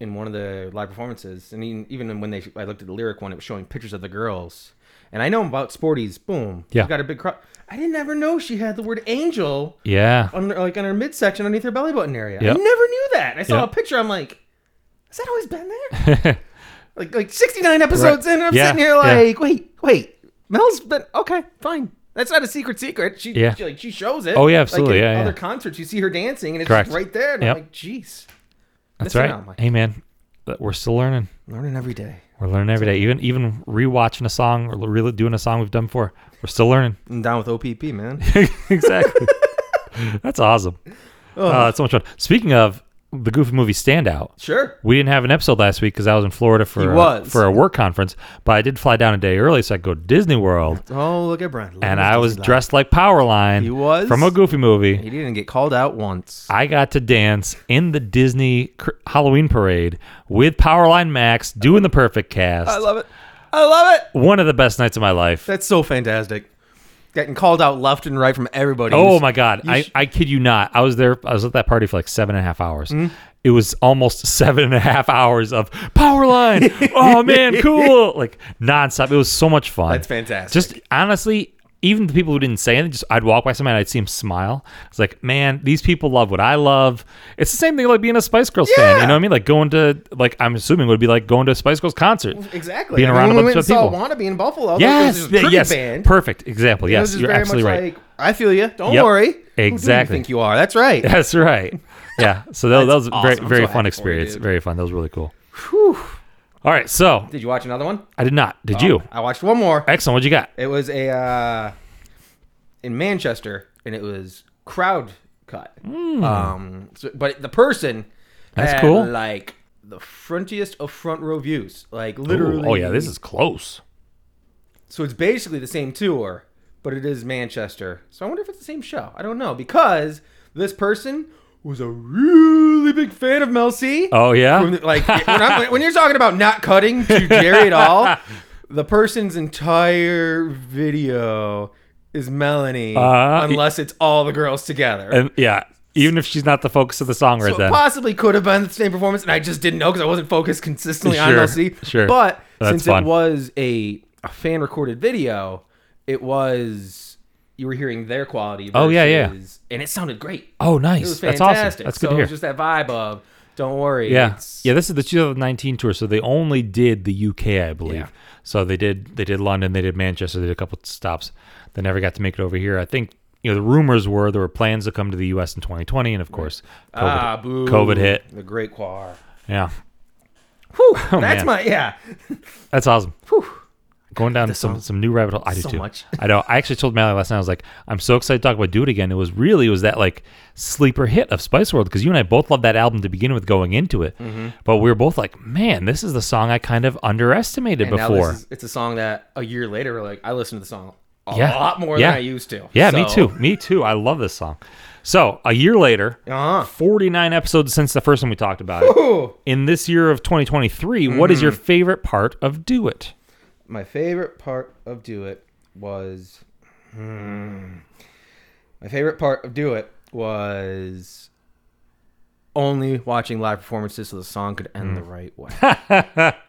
[SPEAKER 2] in one of the live performances, and even, even when they I looked at the lyric one, it was showing pictures of the girls, and I know about Sporty's. Boom,
[SPEAKER 1] Yeah.
[SPEAKER 2] got a big crop. I didn't ever know she had the word angel
[SPEAKER 1] Yeah,
[SPEAKER 2] on like on her midsection underneath her belly button area.
[SPEAKER 1] Yep.
[SPEAKER 2] I never knew that. I saw
[SPEAKER 1] Yep.
[SPEAKER 2] a picture. I'm like, has that always been there? like like 69 episodes in, and I'm
[SPEAKER 1] Yeah,
[SPEAKER 2] sitting here
[SPEAKER 1] yeah.
[SPEAKER 2] like, wait, wait, Mel's been okay, fine. That's not a secret secret. She,
[SPEAKER 1] Yeah.
[SPEAKER 2] she like she shows it.
[SPEAKER 1] Oh, yeah, absolutely.
[SPEAKER 2] Like in
[SPEAKER 1] Yeah, yeah.
[SPEAKER 2] other concerts, you see her dancing, and it's
[SPEAKER 1] Correct.
[SPEAKER 2] just right there. And
[SPEAKER 1] Yep.
[SPEAKER 2] I'm like, jeez,
[SPEAKER 1] that's
[SPEAKER 2] Listen
[SPEAKER 1] right.
[SPEAKER 2] out, Mike.
[SPEAKER 1] Hey, man, but we're still learning.
[SPEAKER 2] learning every day.
[SPEAKER 1] We're learning every day. Even even rewatching a song or really doing a song we've done before, we're still learning.
[SPEAKER 2] I'm down with OPP, man.
[SPEAKER 1] exactly. that's awesome.
[SPEAKER 2] Oh.
[SPEAKER 1] Uh, it's so much fun. Speaking of the Goofy movie standout,
[SPEAKER 2] sure.
[SPEAKER 1] We didn't have an episode last week because I was in Florida for
[SPEAKER 2] He
[SPEAKER 1] a,
[SPEAKER 2] was.
[SPEAKER 1] for a work conference, but I did fly down a day early so I could go to Disney World,
[SPEAKER 2] Oh, look at Brent. Look
[SPEAKER 1] and
[SPEAKER 2] at
[SPEAKER 1] I
[SPEAKER 2] Mr.
[SPEAKER 1] was
[SPEAKER 2] Disney
[SPEAKER 1] dressed like Powerline.
[SPEAKER 2] He was?
[SPEAKER 1] from a Goofy
[SPEAKER 2] Live. He
[SPEAKER 1] movie.
[SPEAKER 2] didn't get called out once.
[SPEAKER 1] I got to dance in the Disney cr- Halloween parade with Powerline Max doing the perfect cast.
[SPEAKER 2] I love it. I love it.
[SPEAKER 1] One of the best nights of my life.
[SPEAKER 2] That's so fantastic. Getting called out left and right from everybody.
[SPEAKER 1] Oh
[SPEAKER 2] He's-
[SPEAKER 1] my god!
[SPEAKER 2] you
[SPEAKER 1] I,
[SPEAKER 2] sh-
[SPEAKER 1] I kid you not. I was there. I was at that party for like seven and a half hours.
[SPEAKER 2] Mm-hmm.
[SPEAKER 1] It was almost seven and a half hours of power line. oh man, cool! Like nonstop. It was so much fun.
[SPEAKER 2] That's fantastic.
[SPEAKER 1] Just honestly, even the people who didn't say anything, just I'd walk by somebody and I'd see them smile. It's like, man, these people love what I love. It's the same thing like being a Spice Girls fan.
[SPEAKER 2] Yeah.
[SPEAKER 1] You know what I mean? Like going to like I'm assuming would be like going to a Spice Girls concert.
[SPEAKER 2] exactly.
[SPEAKER 1] Being
[SPEAKER 2] And
[SPEAKER 1] around a
[SPEAKER 2] when we
[SPEAKER 1] bunch
[SPEAKER 2] went
[SPEAKER 1] of
[SPEAKER 2] and
[SPEAKER 1] people.
[SPEAKER 2] saw Wannabe in Buffalo.
[SPEAKER 1] Yes,
[SPEAKER 2] there was this pretty
[SPEAKER 1] yes,
[SPEAKER 2] band.
[SPEAKER 1] perfect example.
[SPEAKER 2] It was
[SPEAKER 1] Yes,
[SPEAKER 2] just
[SPEAKER 1] you're
[SPEAKER 2] very
[SPEAKER 1] absolutely
[SPEAKER 2] much
[SPEAKER 1] right.
[SPEAKER 2] Like, I feel you. Don't
[SPEAKER 1] Yep.
[SPEAKER 2] worry. Who do you
[SPEAKER 1] Exactly.
[SPEAKER 2] think you are? That's right.
[SPEAKER 1] That's right. Yeah. So that, that was a very
[SPEAKER 2] awesome. I'm
[SPEAKER 1] very
[SPEAKER 2] so
[SPEAKER 1] fun
[SPEAKER 2] happy for you,
[SPEAKER 1] experience.
[SPEAKER 2] dude.
[SPEAKER 1] very fun. That was really cool. All right. So
[SPEAKER 2] Did you watch another one?
[SPEAKER 1] I did not. Did you?
[SPEAKER 2] I watched one more.
[SPEAKER 1] Excellent. What you got?
[SPEAKER 2] It was a uh, in Manchester, and it was crowd cut. Um, so- but the person
[SPEAKER 1] Hmm. That's
[SPEAKER 2] had,
[SPEAKER 1] cool.
[SPEAKER 2] Like the frontiest of front row views. Like
[SPEAKER 1] Ooh,
[SPEAKER 2] literally.
[SPEAKER 1] oh yeah, this is close.
[SPEAKER 2] So it's basically the same tour, but it is Manchester. So I wonder if it's the same show. I don't know because this person was a really big fan of Mel C.
[SPEAKER 1] Oh yeah.
[SPEAKER 2] From the- like when, I'm, when you're talking about not cutting to Jerry at all, the person's entire video is Melanie,
[SPEAKER 1] Uh,
[SPEAKER 2] unless it's all the girls together.
[SPEAKER 1] and yeah, even if she's not the focus of the song right
[SPEAKER 2] So it
[SPEAKER 1] then.
[SPEAKER 2] possibly could have been the same performance, and I just didn't know because I wasn't focused consistently on
[SPEAKER 1] Sure,
[SPEAKER 2] LC.
[SPEAKER 1] sure.
[SPEAKER 2] But
[SPEAKER 1] That's
[SPEAKER 2] since
[SPEAKER 1] fun.
[SPEAKER 2] it was a, a fan recorded video, it was you were hearing their quality.
[SPEAKER 1] Oh, yeah, yeah.
[SPEAKER 2] versus- and it sounded great.
[SPEAKER 1] Oh
[SPEAKER 2] it
[SPEAKER 1] nice.
[SPEAKER 2] was
[SPEAKER 1] That's
[SPEAKER 2] fantastic.
[SPEAKER 1] awesome. That's good
[SPEAKER 2] so
[SPEAKER 1] to
[SPEAKER 2] It
[SPEAKER 1] hear.
[SPEAKER 2] was just that vibe of don't worry.
[SPEAKER 1] yeah.
[SPEAKER 2] it's-
[SPEAKER 1] Yeah, this is the 2019 tour, so they only did the UK, I believe.
[SPEAKER 2] Yeah.
[SPEAKER 1] So they did they did London, they did Manchester, they did a couple stops. They never got to make it over here. I think you know the rumors were there were plans to come to the US in 2020 and of course COVID,
[SPEAKER 2] ah, boo.
[SPEAKER 1] COVID hit.
[SPEAKER 2] the Great Quar.
[SPEAKER 1] Yeah.
[SPEAKER 2] Whew, that's
[SPEAKER 1] man.
[SPEAKER 2] my yeah.
[SPEAKER 1] That's awesome. Going down some some new rabbit hole. I do
[SPEAKER 2] so
[SPEAKER 1] too.
[SPEAKER 2] much.
[SPEAKER 1] I know. I actually told Mallory last night. I was like, I'm so excited to talk about "Do It Again." It was really it was that like sleeper hit of Spice World because you and I both loved that album to begin with going into it,
[SPEAKER 2] Mm-hmm.
[SPEAKER 1] but we were both like, man, this is the song I kind of underestimated
[SPEAKER 2] And now this
[SPEAKER 1] before.
[SPEAKER 2] is- it's a song that a year later, we're like I listen to the song a
[SPEAKER 1] Yeah.
[SPEAKER 2] lot more
[SPEAKER 1] Yeah.
[SPEAKER 2] than I used to.
[SPEAKER 1] yeah, me too.
[SPEAKER 2] So,
[SPEAKER 1] Me too. I love this song. So a year later,
[SPEAKER 2] Uh-huh.
[SPEAKER 1] 49 episodes since the first time we talked about it.
[SPEAKER 2] Ooh.
[SPEAKER 1] In this year of 2023, what
[SPEAKER 2] Mm-hmm.
[SPEAKER 1] is your favorite part of "Do It"?
[SPEAKER 2] my favorite part of do it was Hmm. my favorite part of do it was only watching live performances so the song could end the right way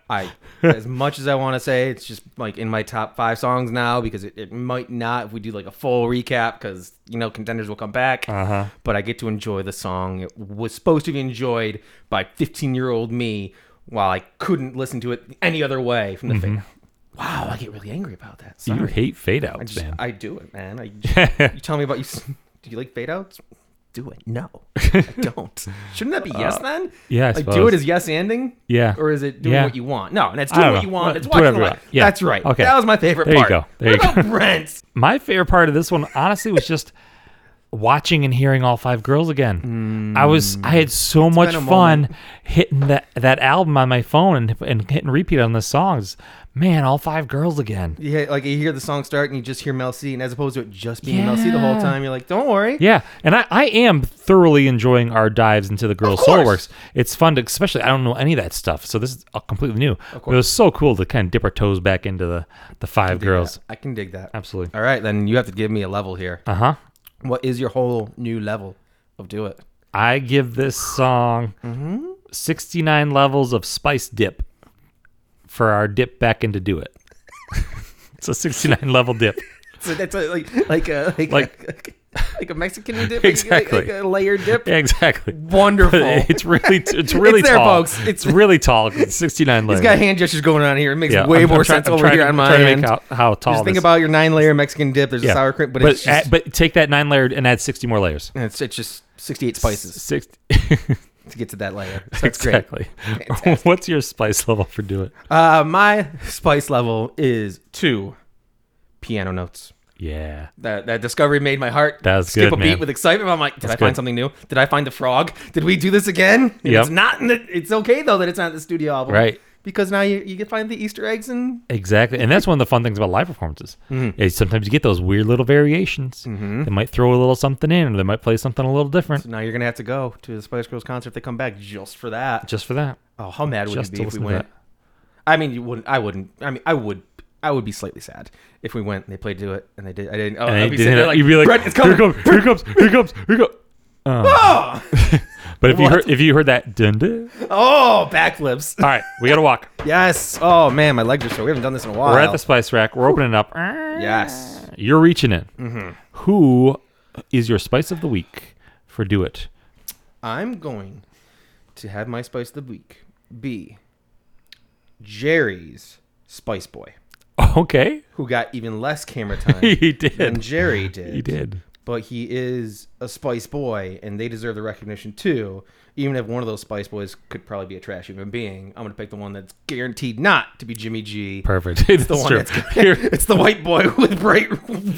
[SPEAKER 2] i as much as i want to say it's just like in my top five songs now because it, it might not if we do like a full recap because you know contenders will come back
[SPEAKER 1] Uh-huh.
[SPEAKER 2] but i get to enjoy the song it was supposed to be enjoyed by 15 year old me while i couldn't listen to it any other way from the fade out. wow i get really angry about that Sorry.
[SPEAKER 1] You hate fade
[SPEAKER 2] Mm-hmm. I
[SPEAKER 1] outs,
[SPEAKER 2] just-
[SPEAKER 1] man.
[SPEAKER 2] I do it, man. I, you tell me about you. Do you like fade outs? do it. No, I don't. Shouldn't that be yes then?
[SPEAKER 1] Uh, yeah, I
[SPEAKER 2] like do
[SPEAKER 1] suppose.
[SPEAKER 2] it as yes ending.
[SPEAKER 1] Yeah.
[SPEAKER 2] or is it doing
[SPEAKER 1] Yeah.
[SPEAKER 2] what you want? No, and it's
[SPEAKER 1] I don't
[SPEAKER 2] doing what
[SPEAKER 1] know.
[SPEAKER 2] you want.
[SPEAKER 1] Uh,
[SPEAKER 2] It's
[SPEAKER 1] do
[SPEAKER 2] watching
[SPEAKER 1] whatever
[SPEAKER 2] the
[SPEAKER 1] you
[SPEAKER 2] light.
[SPEAKER 1] want. Yeah.
[SPEAKER 2] That's right.
[SPEAKER 1] Okay.
[SPEAKER 2] that was my favorite
[SPEAKER 1] There you
[SPEAKER 2] part.
[SPEAKER 1] go. There
[SPEAKER 2] what
[SPEAKER 1] you
[SPEAKER 2] about Brent?
[SPEAKER 1] My favorite part of this one, honestly, was just watching and hearing all five girls again. I was I had so much
[SPEAKER 2] Mm. been a
[SPEAKER 1] fun hitting that that album on my phone and, and hitting repeat on the songs. Man, all five girls again.
[SPEAKER 2] Yeah, like you hear the song start and you just hear Mel C, and as opposed to it just being Mel C the whole
[SPEAKER 1] Yeah.
[SPEAKER 2] time, you're like, don't worry.
[SPEAKER 1] Yeah, and I, I am thoroughly enjoying our dives into the girls'
[SPEAKER 2] Of
[SPEAKER 1] soul
[SPEAKER 2] course.
[SPEAKER 1] works. It's fun to, especially I don't know any of that stuff, so this is uh, completely new. But it was so cool to kind of dip our toes back into the the five girls.
[SPEAKER 2] I can dig that.
[SPEAKER 1] Absolutely.
[SPEAKER 2] All right, then you have to give me a level here.
[SPEAKER 1] Uh huh.
[SPEAKER 2] What is your whole new level of do it?
[SPEAKER 1] I give this song 69 levels of spice dip for our dip back into do it. it's a 69 level dip.
[SPEAKER 2] So that's a, like like a like
[SPEAKER 1] Like-
[SPEAKER 2] a, like a Mexican dip, like- like-
[SPEAKER 1] Exactly.
[SPEAKER 2] like, a layered dip.
[SPEAKER 1] Yeah, exactly.
[SPEAKER 2] Wonderful.
[SPEAKER 1] It's really it's really
[SPEAKER 2] It's there,
[SPEAKER 1] tall.
[SPEAKER 2] folks.
[SPEAKER 1] It's
[SPEAKER 2] It's-
[SPEAKER 1] really tall. It's 69 layers.
[SPEAKER 2] He's got hand gestures going on here. It makes
[SPEAKER 1] Yeah,
[SPEAKER 2] way
[SPEAKER 1] I'm-
[SPEAKER 2] more
[SPEAKER 1] I'm try-
[SPEAKER 2] sense
[SPEAKER 1] I'm
[SPEAKER 2] over
[SPEAKER 1] trying-
[SPEAKER 2] here on
[SPEAKER 1] I'm
[SPEAKER 2] my
[SPEAKER 1] trying to make
[SPEAKER 2] end.
[SPEAKER 1] out how tall
[SPEAKER 2] just think
[SPEAKER 1] this-
[SPEAKER 2] about your nine layer Mexican dip. There's a sour cream, but, it's just
[SPEAKER 1] add- but take that nine layer and add 60 more layers.
[SPEAKER 2] it's, it's just sixty eight spices
[SPEAKER 1] Six,
[SPEAKER 2] to get to that layer. So that's great.
[SPEAKER 1] exactly. What's your spice level for do it?
[SPEAKER 2] Uh, my spice level is two piano notes.
[SPEAKER 1] Yeah.
[SPEAKER 2] That, that discovery made my heart
[SPEAKER 1] That was
[SPEAKER 2] skip
[SPEAKER 1] good,
[SPEAKER 2] a beat
[SPEAKER 1] man.
[SPEAKER 2] with excitement. I'm like, did I find
[SPEAKER 1] good.
[SPEAKER 2] something new? Did I find the frog? Did we do this again? And
[SPEAKER 1] Yep.
[SPEAKER 2] It's not in the. It's okay though that it's not in the studio album,
[SPEAKER 1] Right.
[SPEAKER 2] Because now you you can find the Easter eggs and
[SPEAKER 1] Exactly, and that's one of the fun things about live performances.
[SPEAKER 2] Mm-hmm.
[SPEAKER 1] Is sometimes you get those weird little variations. They might throw a little something in, or they might play something a little different,
[SPEAKER 2] now you're gonna have to go to the Spice Girls concert if they come back just for that.
[SPEAKER 1] just for that.
[SPEAKER 2] oh, how mad would you
[SPEAKER 1] Just
[SPEAKER 2] be
[SPEAKER 1] to
[SPEAKER 2] if we
[SPEAKER 1] listen to
[SPEAKER 2] went?
[SPEAKER 1] that.
[SPEAKER 2] I mean, you wouldn't. I wouldn't. I mean, I would. I would be slightly sad if we went and they played "Do It" and they did. I didn't. Oh,
[SPEAKER 1] And
[SPEAKER 2] I'd
[SPEAKER 1] it
[SPEAKER 2] be
[SPEAKER 1] didn't-
[SPEAKER 2] sitting there like,
[SPEAKER 1] you'd be like,
[SPEAKER 2] "Brett, it's
[SPEAKER 1] here
[SPEAKER 2] coming."
[SPEAKER 1] it comes, here it comes, here it comes, here it comes.
[SPEAKER 2] Oh!
[SPEAKER 1] But if you
[SPEAKER 2] What?
[SPEAKER 1] heard, if you heard that, dun, dun.
[SPEAKER 2] Oh, backflips.
[SPEAKER 1] all right, we gotta walk.
[SPEAKER 2] Yes. Oh man, my legs are sore. We haven't done this in a while.
[SPEAKER 1] We're at the spice rack. We're opening it up.
[SPEAKER 2] Yes.
[SPEAKER 1] You're reaching in.
[SPEAKER 2] Mm-hmm.
[SPEAKER 1] Who is your spice of the week for Do It?
[SPEAKER 2] I'm going to have my spice of the week be Jerry's Spice Boy,
[SPEAKER 1] Okay,
[SPEAKER 2] who got even less camera time
[SPEAKER 1] he
[SPEAKER 2] than
[SPEAKER 1] did.
[SPEAKER 2] Jerry did.
[SPEAKER 1] He did.
[SPEAKER 2] But he is a Spice Boy, and they deserve the recognition too. Even if one of those Spice Boys could probably be a trash human being, I'm gonna pick the one that's guaranteed not to be Jimmy G.
[SPEAKER 1] Perfect. It's
[SPEAKER 2] The
[SPEAKER 1] the
[SPEAKER 2] one
[SPEAKER 1] true.
[SPEAKER 2] that's
[SPEAKER 1] You're-
[SPEAKER 2] it's the white boy with bright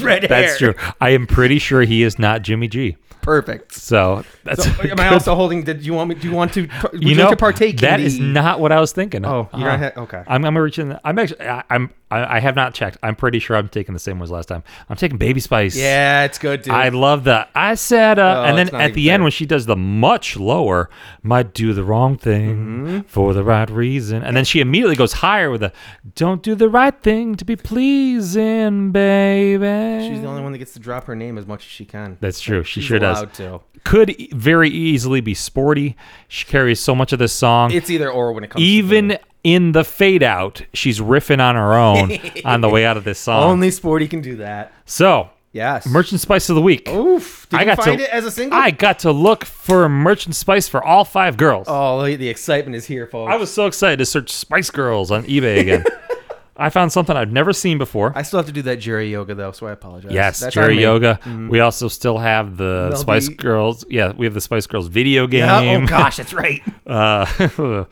[SPEAKER 2] red hair.
[SPEAKER 1] That's true. I am pretty sure he is not Jimmy G.
[SPEAKER 2] Perfect.
[SPEAKER 1] So that's
[SPEAKER 2] So, am I
[SPEAKER 1] good.
[SPEAKER 2] also holding? Did you want me? Do you want to? Would you, like to partake?
[SPEAKER 1] That
[SPEAKER 2] in
[SPEAKER 1] is
[SPEAKER 2] the-
[SPEAKER 1] not what I was thinking.
[SPEAKER 2] Oh, you're
[SPEAKER 1] Uh-huh.
[SPEAKER 2] not ha- okay.
[SPEAKER 1] I'm, I'm reaching. I'm actually. I, I'm. I, I have not checked. I'm pretty sure I'm taking the same ones last time. I'm taking Baby Spice.
[SPEAKER 2] Yeah, it's good, dude.
[SPEAKER 1] I love the I said, uh,
[SPEAKER 2] Oh,
[SPEAKER 1] and
[SPEAKER 2] it's
[SPEAKER 1] then
[SPEAKER 2] not
[SPEAKER 1] at
[SPEAKER 2] even
[SPEAKER 1] the end
[SPEAKER 2] fair.
[SPEAKER 1] when she does the much lower, might do the wrong thing
[SPEAKER 2] Mm-hmm.
[SPEAKER 1] for the right reason, and then she immediately goes higher with a "Don't do the right thing to be pleasing, baby."
[SPEAKER 2] She's the only one that gets to drop her name as much as she can.
[SPEAKER 1] That's true. Mm. She
[SPEAKER 2] She's
[SPEAKER 1] sure does.
[SPEAKER 2] allowed to.
[SPEAKER 1] Could e- very easily be sporty. She carries so much of this song.
[SPEAKER 2] It's either or when it comes. to
[SPEAKER 1] Even
[SPEAKER 2] women.
[SPEAKER 1] in the fade out, she's riffing on her own on the way out of this song.
[SPEAKER 2] only sporty can do that.
[SPEAKER 1] so,
[SPEAKER 2] Yes.
[SPEAKER 1] Merchant Spice of the Week.
[SPEAKER 2] Oof. Did
[SPEAKER 1] I
[SPEAKER 2] you
[SPEAKER 1] got
[SPEAKER 2] find
[SPEAKER 1] to-
[SPEAKER 2] it as a single?
[SPEAKER 1] I got to look for Merchant Spice for all five girls.
[SPEAKER 2] Oh, the the excitement is here, folks.
[SPEAKER 1] I was so excited to search Spice Girls on eBay again. I found something I've never seen before.
[SPEAKER 2] I still have to do that Jerry yoga though, so I apologize.
[SPEAKER 1] yes,
[SPEAKER 2] That's on
[SPEAKER 1] Jerry
[SPEAKER 2] me. Mm-hmm.
[SPEAKER 1] Yoga. We also still have the
[SPEAKER 2] Mel
[SPEAKER 1] Spice
[SPEAKER 2] B.
[SPEAKER 1] Girls. Yeah, we have the Spice Girls video game.
[SPEAKER 2] Yeah, oh gosh, that's right.
[SPEAKER 1] Uh,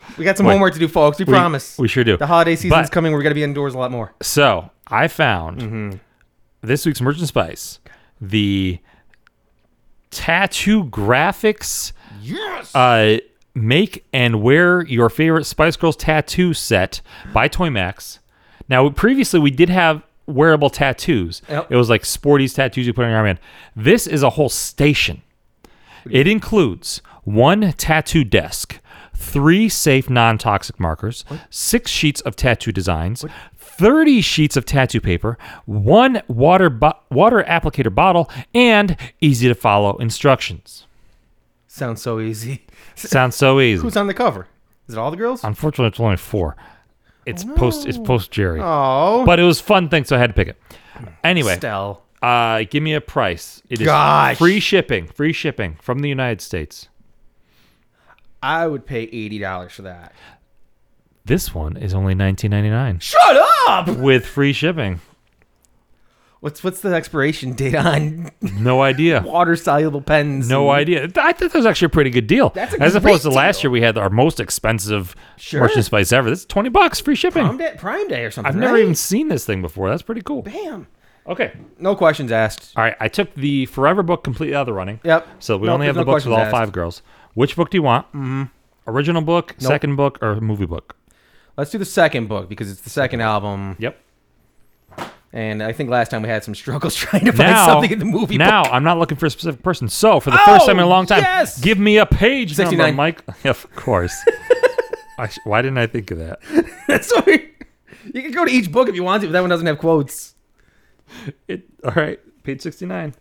[SPEAKER 2] We got some
[SPEAKER 1] Wait.
[SPEAKER 2] homework to do, folks. We, promise.
[SPEAKER 1] we sure do.
[SPEAKER 2] The holiday season's
[SPEAKER 1] But-
[SPEAKER 2] coming. We're gonna be indoors a lot more.
[SPEAKER 1] So I found this week's Merchant Spice, the tattoo graphics,
[SPEAKER 2] Yes.
[SPEAKER 1] uh, make and wear your favorite Spice Girls tattoo set by Toy Max. Now, previously we did have wearable tattoos.
[SPEAKER 2] Yep.
[SPEAKER 1] It was like sporties tattoos you put on your arm. And this is a whole station. It includes one tattoo desk, three safe non toxic markers, six sheets of tattoo designs, 30 sheets of tattoo paper, one water, bo- water applicator bottle, and easy to follow instructions.
[SPEAKER 2] Sounds so easy.
[SPEAKER 1] Sounds so easy.
[SPEAKER 2] Who's on the cover? Is it all the girls?
[SPEAKER 1] Unfortunately, it's only four. It's post. It's post Jerry.
[SPEAKER 2] Oh,
[SPEAKER 1] But it was a fun thing, so I had to pick it. Anyway,
[SPEAKER 2] Stell.
[SPEAKER 1] uh, give me a price. It is
[SPEAKER 2] Gosh.
[SPEAKER 1] free shipping. Free shipping from the United States.
[SPEAKER 2] I would pay eighty dollars for that.
[SPEAKER 1] This one is only nineteen ninety nine
[SPEAKER 2] Shut up!
[SPEAKER 1] with free shipping.
[SPEAKER 2] What's what's the expiration date on
[SPEAKER 1] No idea.
[SPEAKER 2] water soluble pens?
[SPEAKER 1] No
[SPEAKER 2] and-
[SPEAKER 1] idea. Th- I think that was actually a pretty good deal.
[SPEAKER 2] That's a
[SPEAKER 1] As
[SPEAKER 2] great
[SPEAKER 1] opposed to last
[SPEAKER 2] deal.
[SPEAKER 1] year, we had our most expensive
[SPEAKER 2] Sure.
[SPEAKER 1] merchant spice ever. This is 20 bucks, free shipping.
[SPEAKER 2] Prime day, Prime Day or something.
[SPEAKER 1] I've never
[SPEAKER 2] right?
[SPEAKER 1] even seen this thing before. That's pretty cool.
[SPEAKER 2] Damn.
[SPEAKER 1] Okay.
[SPEAKER 2] No questions asked.
[SPEAKER 1] All right. I took the Forever book completely out of the running.
[SPEAKER 2] Yep.
[SPEAKER 1] So we
[SPEAKER 2] Nope,
[SPEAKER 1] only have
[SPEAKER 2] there's
[SPEAKER 1] the
[SPEAKER 2] no
[SPEAKER 1] books with all
[SPEAKER 2] questions asked.
[SPEAKER 1] five girls. Which book do you want? Mm-hmm. Original book, second book, or movie book?
[SPEAKER 2] Let's do the second book because it's the second album,
[SPEAKER 1] Yep.
[SPEAKER 2] and I think last time we had some struggles trying to find
[SPEAKER 1] Now,
[SPEAKER 2] something in the movie.
[SPEAKER 1] now I'm not looking for a specific person. So for the first
[SPEAKER 2] Oh,
[SPEAKER 1] time in a long time,
[SPEAKER 2] yes!
[SPEAKER 1] give me a page
[SPEAKER 2] 69.
[SPEAKER 1] number, Mike. of course. I sh- why didn't I think of that?
[SPEAKER 2] book. so we- you can go to each book if you want to, but that one doesn't have quotes.
[SPEAKER 1] It all right, page sixty nine.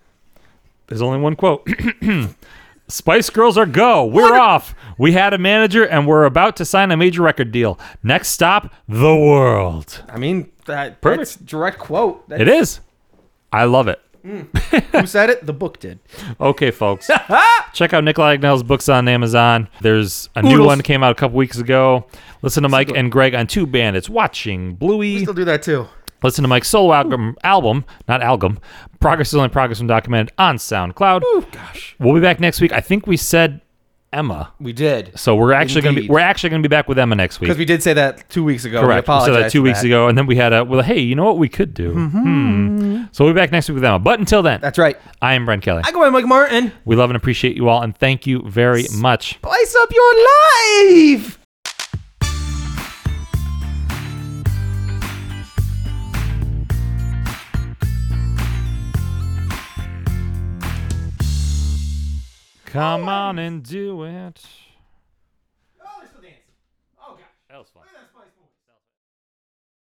[SPEAKER 1] There's only one quote. Spice Girls are go. We're off. We had a manager and we're about to sign a major record deal. Next stop, the world.
[SPEAKER 2] I mean, that,
[SPEAKER 1] Perfect.
[SPEAKER 2] that's direct quote. That,
[SPEAKER 1] It is. I love it.
[SPEAKER 2] Who said it? The book did.
[SPEAKER 1] Okay, folks. Check out Nikolai Agnell's books on Amazon. There's a new
[SPEAKER 2] Oodles.
[SPEAKER 1] one came out a couple weeks ago. Listen to Mike
[SPEAKER 2] to-
[SPEAKER 1] and Greg on Two Bandits Watching Bluey.
[SPEAKER 2] Still do that too.
[SPEAKER 1] Listen to Mike's solo album, album not album. Progress is only progress when documented on SoundCloud.
[SPEAKER 2] Gosh,
[SPEAKER 1] We'll be back next week. I think we said Emma.
[SPEAKER 2] we did.
[SPEAKER 1] So we're actually going to be
[SPEAKER 2] Indeed.
[SPEAKER 1] we're actually going to be back with Emma next week.
[SPEAKER 2] Because we did say that two weeks ago.
[SPEAKER 1] Correct.
[SPEAKER 2] We
[SPEAKER 1] We said
[SPEAKER 2] apologize
[SPEAKER 1] that two
[SPEAKER 2] for
[SPEAKER 1] weeks
[SPEAKER 2] that. Mm-hmm.
[SPEAKER 1] ago, and then we had a well. Hey, you know what we could do? Hmm. So we'll be back next week with Emma. But until then,
[SPEAKER 2] That's right.
[SPEAKER 1] I am Brent Kelly.
[SPEAKER 2] I go by Mike Martin.
[SPEAKER 1] we love and appreciate you all, and thank you very much.
[SPEAKER 2] Place up your life.
[SPEAKER 1] Come on and do it.
[SPEAKER 2] Oh, they're still dancing. Oh gosh,
[SPEAKER 1] That was fun.
[SPEAKER 2] look at that.